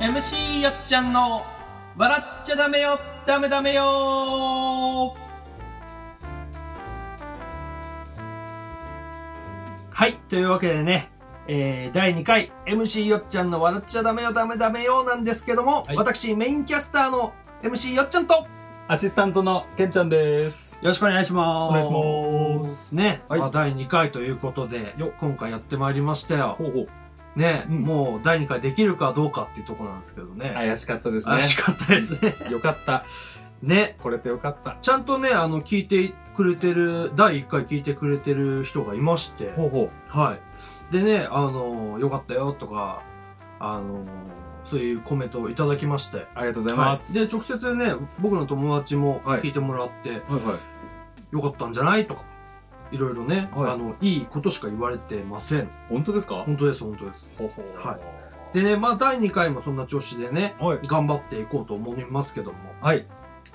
MC よっちゃんの笑っちゃダメよダメダメよはいというわけでね、えー第2回 MC よっちゃんの笑っちゃダメよダメダメよなんですけども、はい私メインキャスターの MC よっちゃんとよアシスタントのけんちゃんです。ろしくお願いしまおす願いします。ね、はいまあ第2回ということでよ今回やってまいりましたよほうほう。ね、うんもう第2回できるかどうかっていうところなんですけどね、怪しかったですね。怪しかったですねよかった。 ねこれでよかった。ちゃんとね、あの、聞いてくれてる、第1回聞いてくれてる人がいまして、ほうほはい。でね、あの、よかったよとか、あの、そういうコメントをいただきまして。う。ありがとうございます。はいで、直接ね、僕の友達もはい聞いてもらって、はいはい。よかったんじゃないとか、いろいろね、はいあの、いいことしか言われてません。本当ですか本当です、本当です。ほうほう。はでね、まあ、第2回もそんな調子でね、はい。頑張っていこうと思いますけども、はい。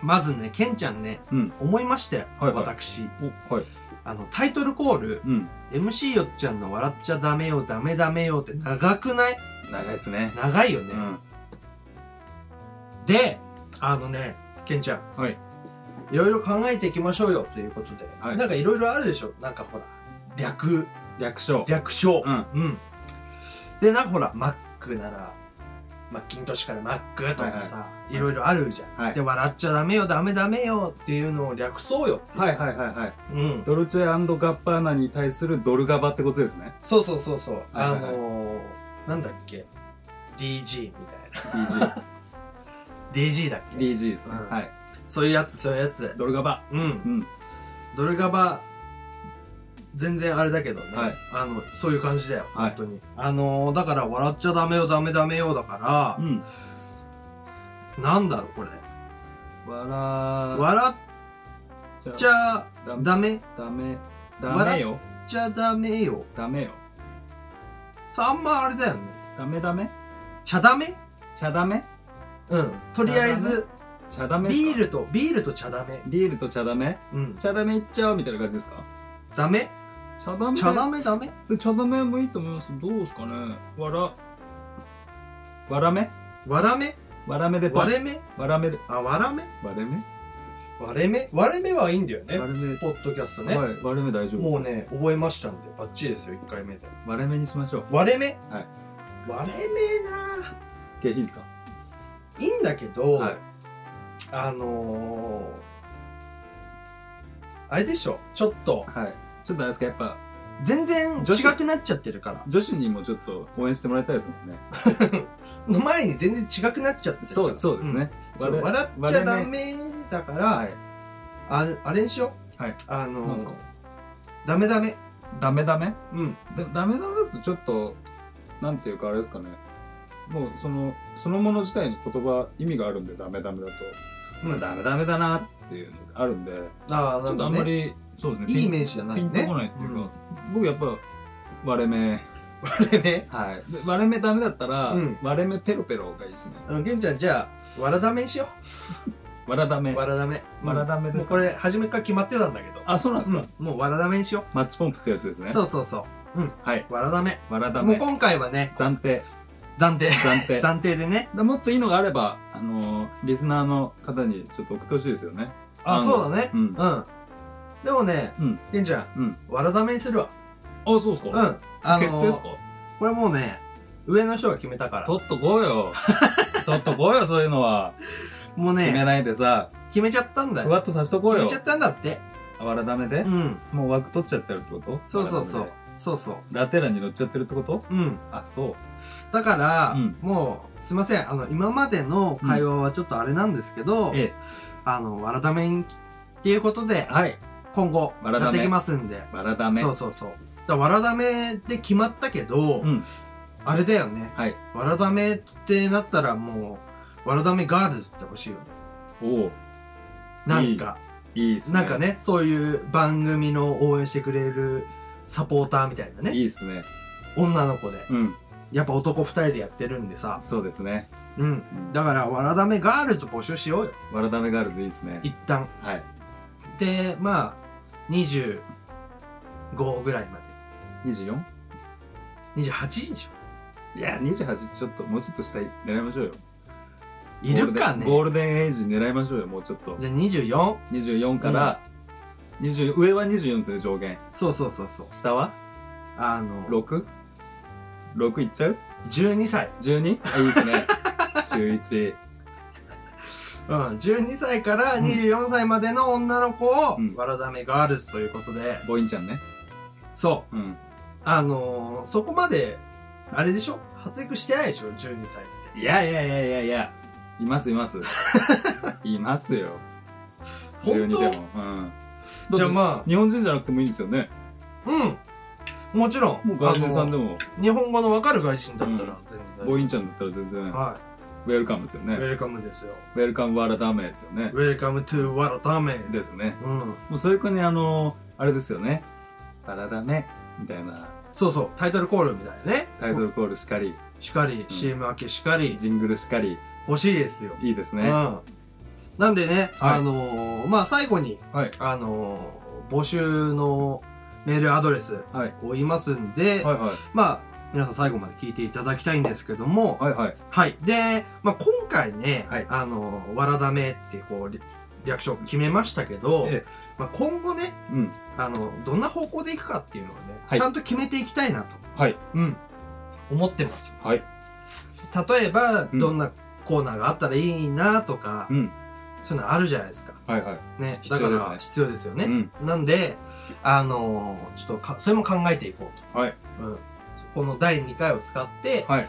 まずね、ケンちゃんね、うん思いまして、はいはい私、お、はい。あの、タイトルコール、うん。 MC よっちゃんの笑っちゃダメよ、ダメダメよって長くない長いですね。長いよね。うん。で、あのね、ケンちゃん。はい。いろいろ考えていきましょうよということで。はいなんかいろいろあるでしょなんかほら、略、略称。略称。うん。うん。で、なんかほら、マックなら、マッキントッシュからマックとかさ、いろいろあるじゃん。はいで、笑っちゃダメよ、ダメダメよっていうのを略そうよ。はいはいはいはい。うん。ドルチェガッパーナに対するドルガバってことですね。そうそうそうそう。はいはいはいあのー、なんだっけ ?DG みたいな。 DG。 DG だっ け DG ですね。うんはい。そういうやつそういうやつドルガバ。うんうん。ドルガバ全然あれだけどね、はいあのそういう感じだよ、はい本当にあのーだから笑っちゃダメよダメダメよだかうん。らなんだろうこれ笑笑っっちゃダメ。ダメダメ。ダメ笑よ。ちゃダメよダメよ。さあんまあれだよねダメダメちゃダメ茶ダメうんとりあえず茶ダメっすかビールとビールと茶ダメビールと茶ダメうん茶ダメいっちゃうみたいな感じですかダメ茶ダメ茶ダメダメメ茶ダメもいいと思いますどうですかねわらわらめわらめわらめでパ割れ目わらめであわらめわれめ割れ目割れ目はいいんだよねわれめポッドキャストね、はいわれめ大丈夫ですもうね、覚えましたんで、バッチリですよ、1回目で。われめにしましょう割れ目はい割れ目な景品ですかぁいいんだけど、はいあのー、あれでしょ、ちょっと、はいちょっとあれですかやっぱ全然女子違くなっちゃってるから。女子にもちょっと応援してもらいたいですもんねの前に全然違くなっちゃってるから。そうそうですねうん。そうわれ笑っちゃダわれメだかはら、いああれにしよう。はいあなんのですかー、ダメダメ。ダメダメうん。でダメダメだとちょっとなんていうかあれですかねもうそのそのもの自体に言葉意味があるんでダメダメだと、うまあん、あダメダメだなっていうのがあるんであー、ちなんょっとあかんまね、り、そうですねいいイピメージじゃンないね。ピンとこないっていうか、僕やっぱ割れ目、うん。割れ目はい、で割れ目ダメだったら、うん割れ目ペロペロがいいですねあの、玄ちゃん、じゃあ、わらダメにしよわらダメう。わらダメ。わらダメでもうすか、これ初めから決まってたんだけどあそうなんですか、うんもうわらだめにしよマッチポンプってやつですう、ねそうそうそうはいわらだめわらダもうメ今回はね暫定暫定暫定暫定でねだもっといいのがあれば、あのーリスナーの方にちょっと送ってほしいですよね。ああのそうだねうん。うんでもねうんけんちゃんうん。わらだめにするわあ、そうですかうんあ決定ですのかこれもうね上の人が決めたから取っとこうよ。取っとこうよ、そういうのは。もう決めねないでさ、決めちゃったんだふよわっとさしとこ決うよめちゃ。ったんだってあわらダメでう、んもう枠取っちゃってるってことそうそうそわうらダメそうそうでラテラに乗っちゃってるってことうんあ、そう。だから、うんもうすいませんあの今までの会話はちょっとあれなんですけど、えあのわらだめにっていうことでえ。はい。今後わらだめやっていきますんでわらダメ。そうそうそう。だからわらだめで決まったけど、うんあれだよね。はい。わらだめってなったらもう、わらだめガールズってほしいよね。おうなんか、いいっすね。なんか。ね、そういう番組の応援してくれるサポーターみたいなね。いいっすね。女の子で。うん。やっぱ男二人でやってるんでさ。そうですね。うん。だから、わらだめガールズ募集しようよ。わらダメガールズいいっすね。一旦。はい。で、まあ、25ぐらいま 24? で。28でしょ。いや、28ちょっと、もうちょっと下狙いましょうよ。いるかねゴールデンゴールデンエイジ狙いましょうよ、もうちょっと。じゃあ 24? 24から、20上は24ですね、上限。そうそうそうそう。下はあの、 6?6 いっちゃう12歳。 ?12? あ、いいですね。 週1。うん、12歳からうん24歳までの女の子をうん、わらだめガールズということで、ボインちゃんね。そうん。う。あのー、そこまで、あれでしょ発育してないでしょ ?12 歳って。いやいやいやいやいや。いますい ます。いますよ。本当12でも。うん。じゃああ、ま日本人じゃなくてもいいんですよね。あ、うん。もちろん。もう外人さんでも。も、日本語のわかる外人だったら、全然。ボインちゃんだったら全然、ウはェルカムですよい。ウね。ェルカムですよ。ウェルカムワラダメですよね。ウェルカムトゥわらだめで。すね。うん。もうそういう子にあの、あれですよね。ワラダメ、みたいなそうそう、タイトルコールみたいなね。タイトルコールしかり、しかり、CM 明けしかり、ジングルしかり、欲しいですよ。いいですうね。ん。なんでね、はいあのーまあ、最後に、はい。あのー募集のメールアドレスはい。を言いますんで、はいはい。まあ、皆さん最後まで聞いていただきたいんですけども、はいはい。はい。で、まあ、今回ね、はいあのーわらだめってこう、り略称決めましたけど、ええまあ、今後ね、うん。あの、どんな方向でいくかっていうのをね、はいちゃんと決めていきたいなと、はい。うん、思ってます。はい。例えば、うんどんなコーナーがあったらいいなとか、うん。そういうのあるじゃないですか。はいはい。ね。必だか要ですねら必要ですよね。うん。なんで、あのーちょっとか、それも考えていこうと。はい。うん。この第2回を使って、はい。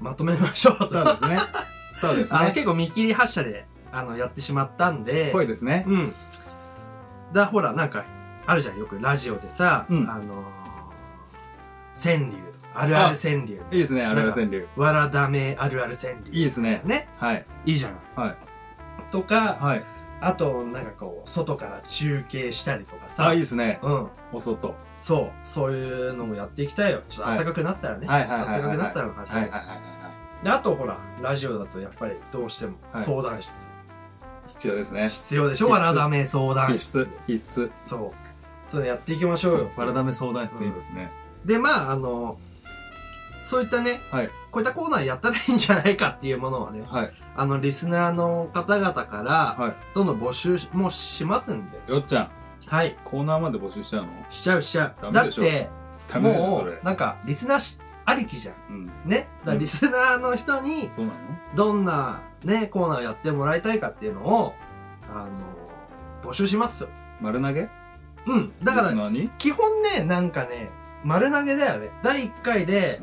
まとめましょうと。そうですね。そうですあの、ね。結構見切り発車で、あの、やってしまったんで、ぽいですね。うん。だ、ほら、なんか、あるじゃん。よくラジオでさ、うんあのー川柳とか、あるある川柳。いいですね、あれは川柳。わらだめあるある川柳。いいですね。ね。はい。いいじゃん。はい。とか、はい。あと、なんかこう、外から中継したりとかさ。あ、いいですね。うん。お外。はそう。そういうのもやっていきたいよ。ちょっとはい暖かくなったらね。いはいはい。暖かはいくはないったらの話、はいはであと、ほら、ラジオだとやっぱりどうしてもはい相談室。い。必要ですね。必要でしょ必須わらだめ相談必室須。。必須。そう。そういうのやっていきましょうよ。体目相談室いいですね。で、まあ、あの、そういったね、はい。こういったコーナーやったらいいんじゃないかっていうものをね、はい。あの、リスナーの方々から、はどんどん募集もしますんで。い。よっちゃん、はい。コーナーまで募集しちゃうのしちゃうしちゃう。ダだメっでしょて、ダメでしょ、もそれう、。なんか、リスナーし、ありきじゃん。うん。ね。だからリスナーの人に、そうなのどんな、ね、コーナーやってもらいたいかっていうのを、あの、募集しますよ。丸投げうん。だかリスら、ナーに基本ね、なんかね、丸投げだよね。第1回で、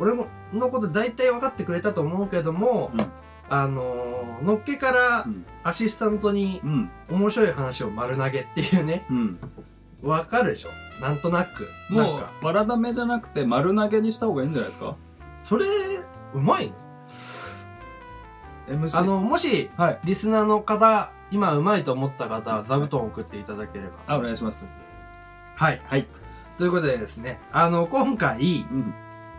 俺も、のこと大体分かってくれたと思うけども、うんあのー、のっけからうんアシスタントにうん。うん。面白い話を丸投げっていうね、うん。分かるでしょなんとなく。なんもか、う、わらだめじゃなくて丸投げにした方がいいんじゃないですかそれ、うまいね。 ?MC。あ、の、もし、はい。リスナーの方、今うまいと思った方は座布団を送っていただければ。あ、お願いします。はい。はい。ということでですね、あの、今回、うん。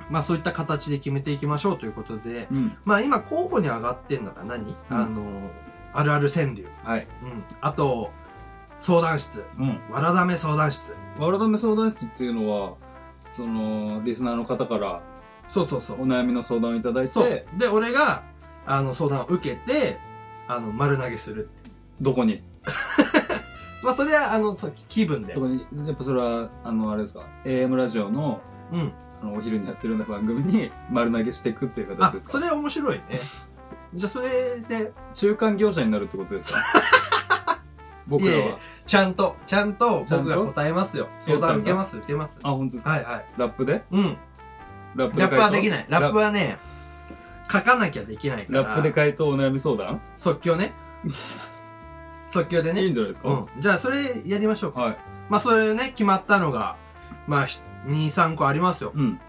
まあそういった形で決めていきましょうということで、うん。まあ今候補に上がってんのが何、あの、あるある川柳。はい。うん。あと、相談室。うん。わらだめ相談室。わらだめ相談室っていうのは、その、リスナーの方からそうそうそおう。悩みの相談をいただいそうて、。で、俺が、あの、相談を受けて、あの、丸投げするって。どこにまあ、それは、あの、そう気分でど。こに、やっぱそれは、あの、あれですか、AM ラジオの、うん。あの、お昼にやってるような番組に 丸投げしていくっていう形あで、すかそれ面白いね。じゃあ、それで、中間業者になるってことですか 僕らいえいえは。ちゃんと、ちゃんとちゃん僕とが答えますよ。相談受けます、受けます。あ、本当ですかはいはい。ラップでうん。ラップでラップはできい。ない。ラップはね、書かなきゃできないから。ラップで回答お悩み相談即興 ね。即興でいいね。んじゃないですかうん。じゃあ、それやりましょうか。はい。まあ、そういうね、決まったのが、まあ、ひ2、3個ありますよ。うん。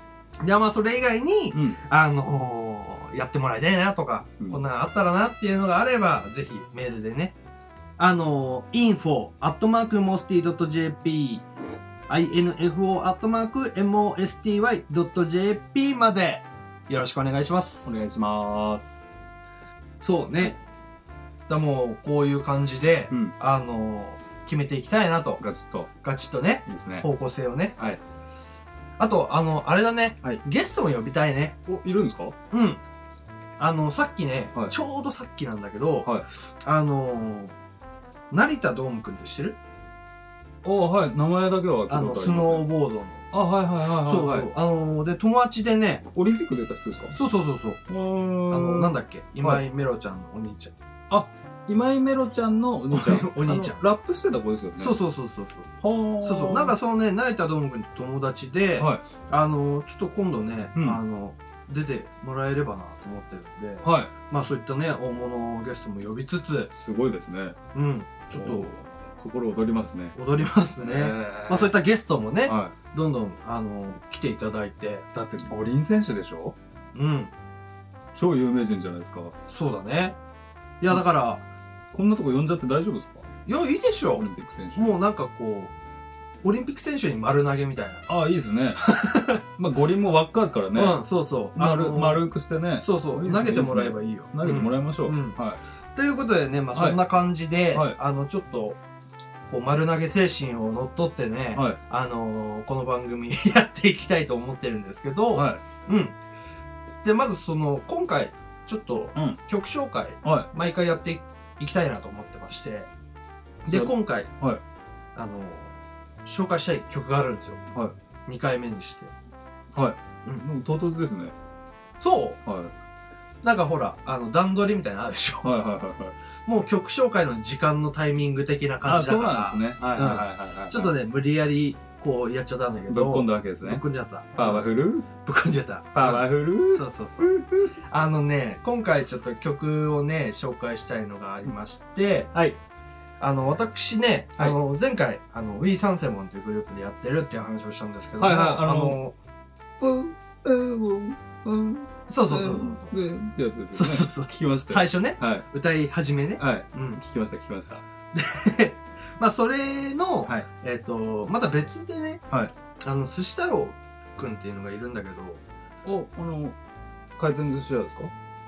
じゃあ、まあ、それ以外に、うん。あのーやってもらいたいなとか、うんこんなのあったらなっていうのがあれば、ぜひメールでね。あのー、info, アットマーク mosty.jp、info, アットマーク mosty.jp まで、よろしくお願いします。お願いします。そうね。だからもう、こういう感じで、うん。あのー決めていきたいなと、ガチッと。ガチッとね、いいですね。方向性をね。はい。あと、あの、あれだね。はいゲストも呼びたいね。お、いるんですかうん。あの、さっきね、はいちょうどさっきなんだけど、はいあのー成田ドームくんって知ってるあはい。名前だけは聞いたあの、ことあスります、ノーね。ボードの。あ、はいはいはいそうそう、はい、はい。あのーで、友達でね、オリンピック出た人ですかそうそうそうそう、うーあん。の、なんだだっけ、今井メロちゃんのお兄ちゃん。今井メロちゃんのお兄ちゃん 。お兄ちゃんあのラップしてた子ですよね。そうそうそうそうそう。はあそうそう。なんか、そのね、成田ドームくんと友達で、はいあの、ちょっと今度ね、うんあの、出てもらえればなと思ってるんで、はい。まあそういったね、大物ゲストも呼びつつ、すごいですね。うん、ちょっおー、心躍りますね。と踊りますね。まあそういっいたゲストもね、はどんどん、あの、来ていただいて、い。だって、五輪選手でしょうん、超有名人じゃないですか。そうだね。いや、だから、こんなとこ呼んじゃって大丈夫ですかいや、いいでしょオリ。ンピック選手。もうなんかこう、オリンピック選手に丸投げみたいああ、いいで すね。まあ、五輪も輪っかですからな。ね。うん、そうそう。あ丸、の丸くしてね。そうそう、いいです投ねげてもらえばいいよ。投げてもらえいましょう。うんはということでね、まあはいそんな感じで、はいあの、ちょっと、こう、丸投げ精神を乗っ取ってね、い。はい。あのーこの番組 やっていきたいと思ってるんですけど、はうん。で、まずその、今回、ちょっとうん、曲紹介、い。は毎回やっていいきたいなと思ってまして、で、それ今回、はいあの、紹介したい曲があるんですよ。は2回目にして。い。もう唐突ですね。そはうい。なんかほら、あの、段取りみたいなのあるでしょ。はいはいはいはい。 もう曲紹介の時間のタイミング的な感あ、じだそうから、なんですね。はいはいはいはいはい。ちょっとね、無理やり、こう、やっちゃったんだけど、ぶっ込んだわけですぶっね。こんじゃった。パワフルぶっこんじゃった。パワフルそうそうそう。あのね、今回ちょっと曲をね、紹介したいのがありまして、はい。あの、私ね、はいあの、前回、あの、We サンセモンというグループでやってるっていう話をしたんですけども、はいはいああのの、うん、うん、うん。そうそうそうそう。で、ってやつですそうよね。そうそう。聞きました最よ。初ね、はい。歌い始めね。はい。うん。聞きました、聞きました。まあ、それの、はいえっ、と、また別でね、はいあの、寿司太郎くんっていうのがいるんだけど、お、あの、回転寿司屋ですか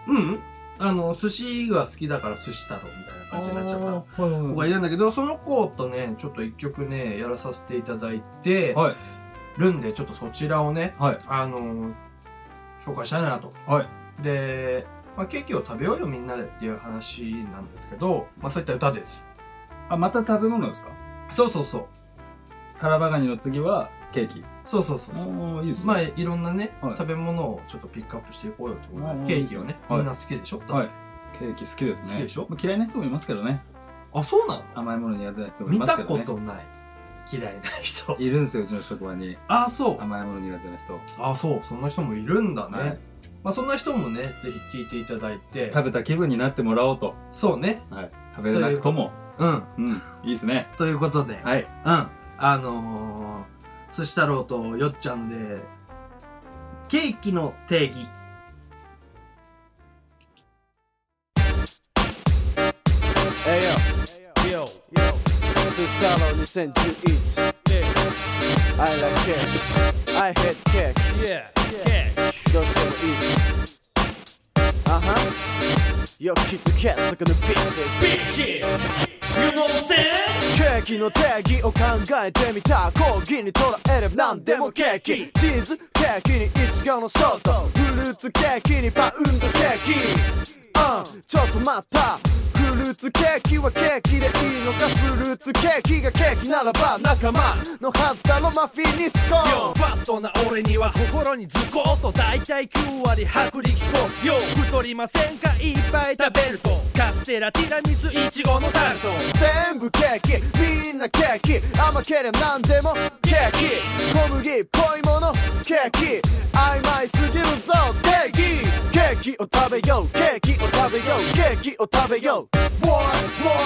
うん、うん、あの、寿司が好きだから寿司太郎みたいな感じになっちゃった。た。はい子がいるんだけど、その子とね、ちょっと一曲ね、やらさせていただいてはいるんで、ちょっとそちらをね、はいあのー紹介したいなと。はで、まあ、ケーキを食べようよみんなでっていう話なんですけど、まあ、そういった歌です。あ、また食べ物ですかそうそうそう。タラバガニの次はケーキ。そうそうそうそう。おーいいですまあ、ね。いろんなね、はい食べ物をちょっとピックアップしていこうよってことうんうんで、ケーキをね、はいみんな好きでしょ、はい。ケーキ好きですね。好きでしょまあ嫌いな人もいますけどね。あ、そうなの甘いもの苦手な人もい見ますたけどこね。とない。嫌いな人。 いるんですよ、うちの職場に。あ、そう。甘いもの苦手な人。あ、そう。そんな人もいるんだね。はいまあ、そんな人もね、ぜひ聞いていただいて、食べた気分になってもらおうと。そうね。はい。食べれなくとも。うん。うん。いいですね。ということで、はい。うん。あのー、寿司太郎とよっちゃんで、ケーキの定義。 Hey yo. Yo. Yo. This is Stalo 2011. I like cake. I hate cake. Yeah, yeah. Go to eat. Uh huh. Yo, keep the cats like on the bitches. Bitches! You know what I'm saying? ケーキの定義を考えてみた講義に捉えれば何でもケーキチーズケーキにイチゴのショートフルーツケーキにパウンドケーキうんちょっと待ったフルーツケーキはケーキでいいのかフルーツケーキがケーキならば仲間のはずだろマフィニスコ Yo, バットな俺には心にズコッと大体9割薄力粉 Yo, 太りませんかいっぱい食べるとカステラティラミスイチゴのタルト全部ケーキみんなケーキ甘ければ何でもケーキ小麦っぽいものケーキ曖昧すぎるぞ定義ケーキを食べようケーキを食べようケーキを食べよう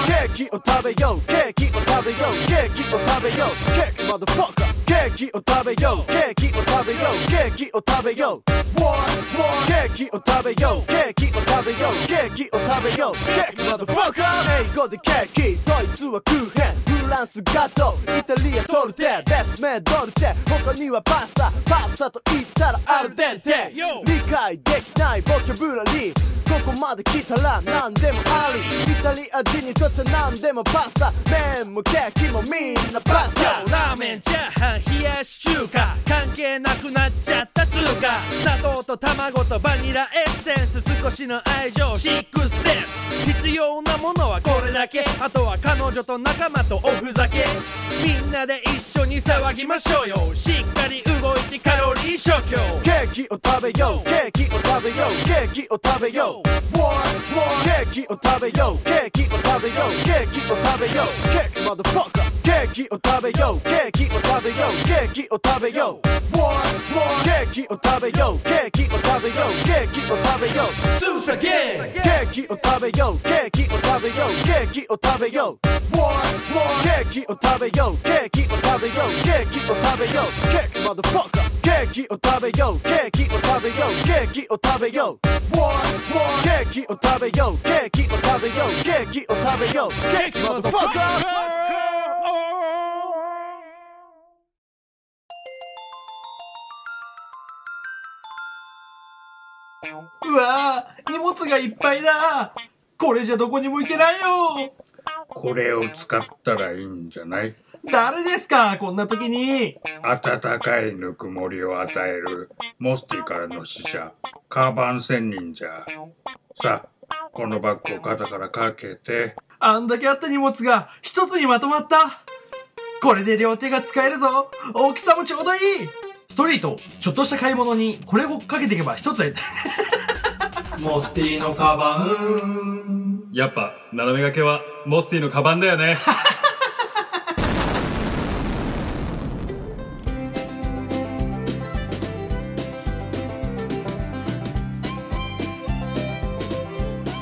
ケーキを食べようケーキを食べようケーキを食べようケーキマドフォーカーケーキを食べようケーキを食べようケーキを食べようケーキを食べようケーキを食べようケーキを食べようケーキマドフォーカー英語でケーキドイツはクーヘンフランスガトーイタリアトルテ別名ドルチェ他にはパスタパスタと言ったらアルデンテ Yo 理解できないボキャブラリーここまで来たら何でもありイタリア人にとっちゃ何でもパスタ麺もケーキもみんなパスタ Yo, ラーメンチャーハン冷やし中華関係れなくなっちゃったつうか砂糖と卵とバニラエッセンス少しの愛情シックスセンス必要なものはこれだけあとは彼女と仲間とおふざけみんなで一緒に騒ぎましょうよしっかり動いてカロリー消去ケーキを食べようケーキを食べようケーキを食べよう One more ケーキを食べようケーキを食べようケーキを食べようケーキ motherfucker ケーキを食べようケーキを食べようケーキを食べよう One more ケーキを食べようケーキを食べようケーキを食べようツーサゲーケーキを食べようケーキを食べようケーキを食べようケーキを食べようケーキを食べようケーキを食べようケーキ motherfucker ケーキを食べようケーキを食べようケーキを食べようケーキを食べようケーキを食べようケーキを食べようケーキ motherfucker うわー荷物がいっぱいだこれじゃどこにも行けないよこれを使ったらいいんじゃない誰ですかこんな時に暖かいぬくもりを与えるモスティからの使者カーバン仙人じゃさあこのバッグを肩からかけてあんだけあった荷物が一つにまとまったこれで両手が使えるぞ大きさもちょうどいいストリート、ちょっとした買い物にこれをかけていけば一つ で。モスティのカバン。やっぱ、斜め掛けは、モスティのカバンだよね。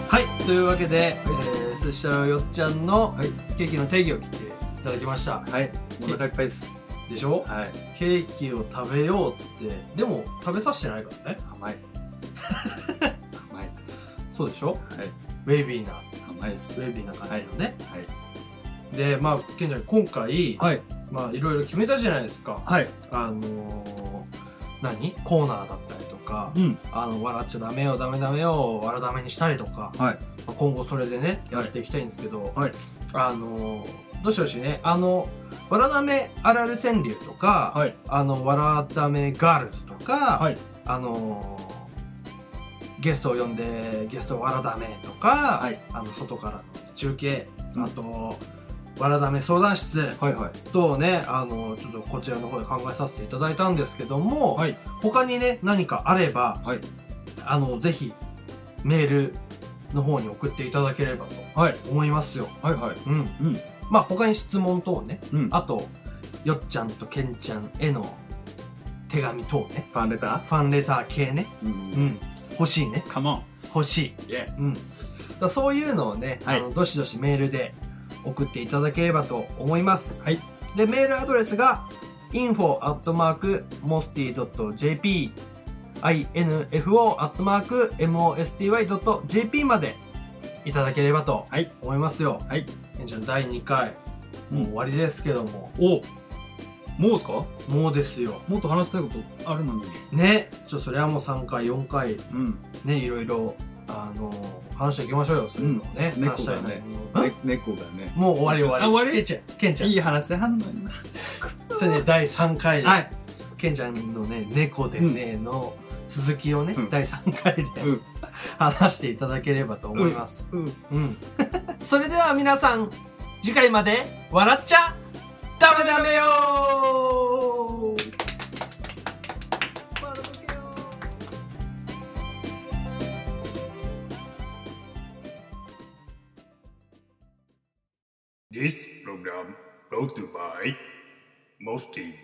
はい、というわけで、えー、寿司屋よっちゃんのはいケーキの定義を聞いていただきました。はい。 お腹いっぱいです。でしょはい。ケーキを食べようっつって、でも食べさせてないからね。甘い。甘い。そうでしょはい。ウェイビーな、甘いです。ウはェイビーな感じのね。い。で、まあ、ケンちゃん、今回、はい。まあ、いろいろ決めたじゃないですか。はい。あのー何コーナーだったりとか、うんあの、笑っちゃダメよ、ダメダメよ、笑ダメにしたりとか、はいまあ今後それでね、やっていきたいんですけど、はいあのーどうしようしね、あの、笑ダメあるある川柳とか、はいあの、笑ダメガールズとか、はいあのーゲストを呼んで、ゲスト笑ダメとか、はいあの、外からの中継、うんあと、笑ダメ相談室、はいはい。とね、あの、ちょっとこちらの方で考えさせていただいたんですけども、はい他にね、何かあれば、はいあの、ぜひ、メールの方に送っていただければとはい。思いますよ。はいはい。うん。うんまあ、他に質問等ね、うんあと、よっちゃんとけんちゃんへの手紙等ね、ファンレタファンレター系ね、ーう。うんん、欲しいね、カモン。欲しい。イェうん。だからそういうのをね、はいあのどしどしメールで送っていただければと思います。はい。で、メールアドレスが info.mosty.jp info.mosty.jp までいただければとはい思いますよ。はい。けんちゃん、第2回、もう終わりですけども、おもうですかもうですよ。もっと話したいことあるのに。ね。ちょ、それはもう3回、4回、うん。ね、いろいろ、あの話していきましょうよ、そういうのをね。うん話したい猫がねなね、猫がね。もう終わり終わり。あ終わりケンちゃん。ケンちゃん。いい話あんの にな。それね、第3回で、はい。ケンちゃんのね、猫でね、の続きをね、うん第3回で、うん話していただければと思います。うん。うん。 それでは皆さん、次回まで、笑っちゃダメダメよー This program brought to you by Mosty.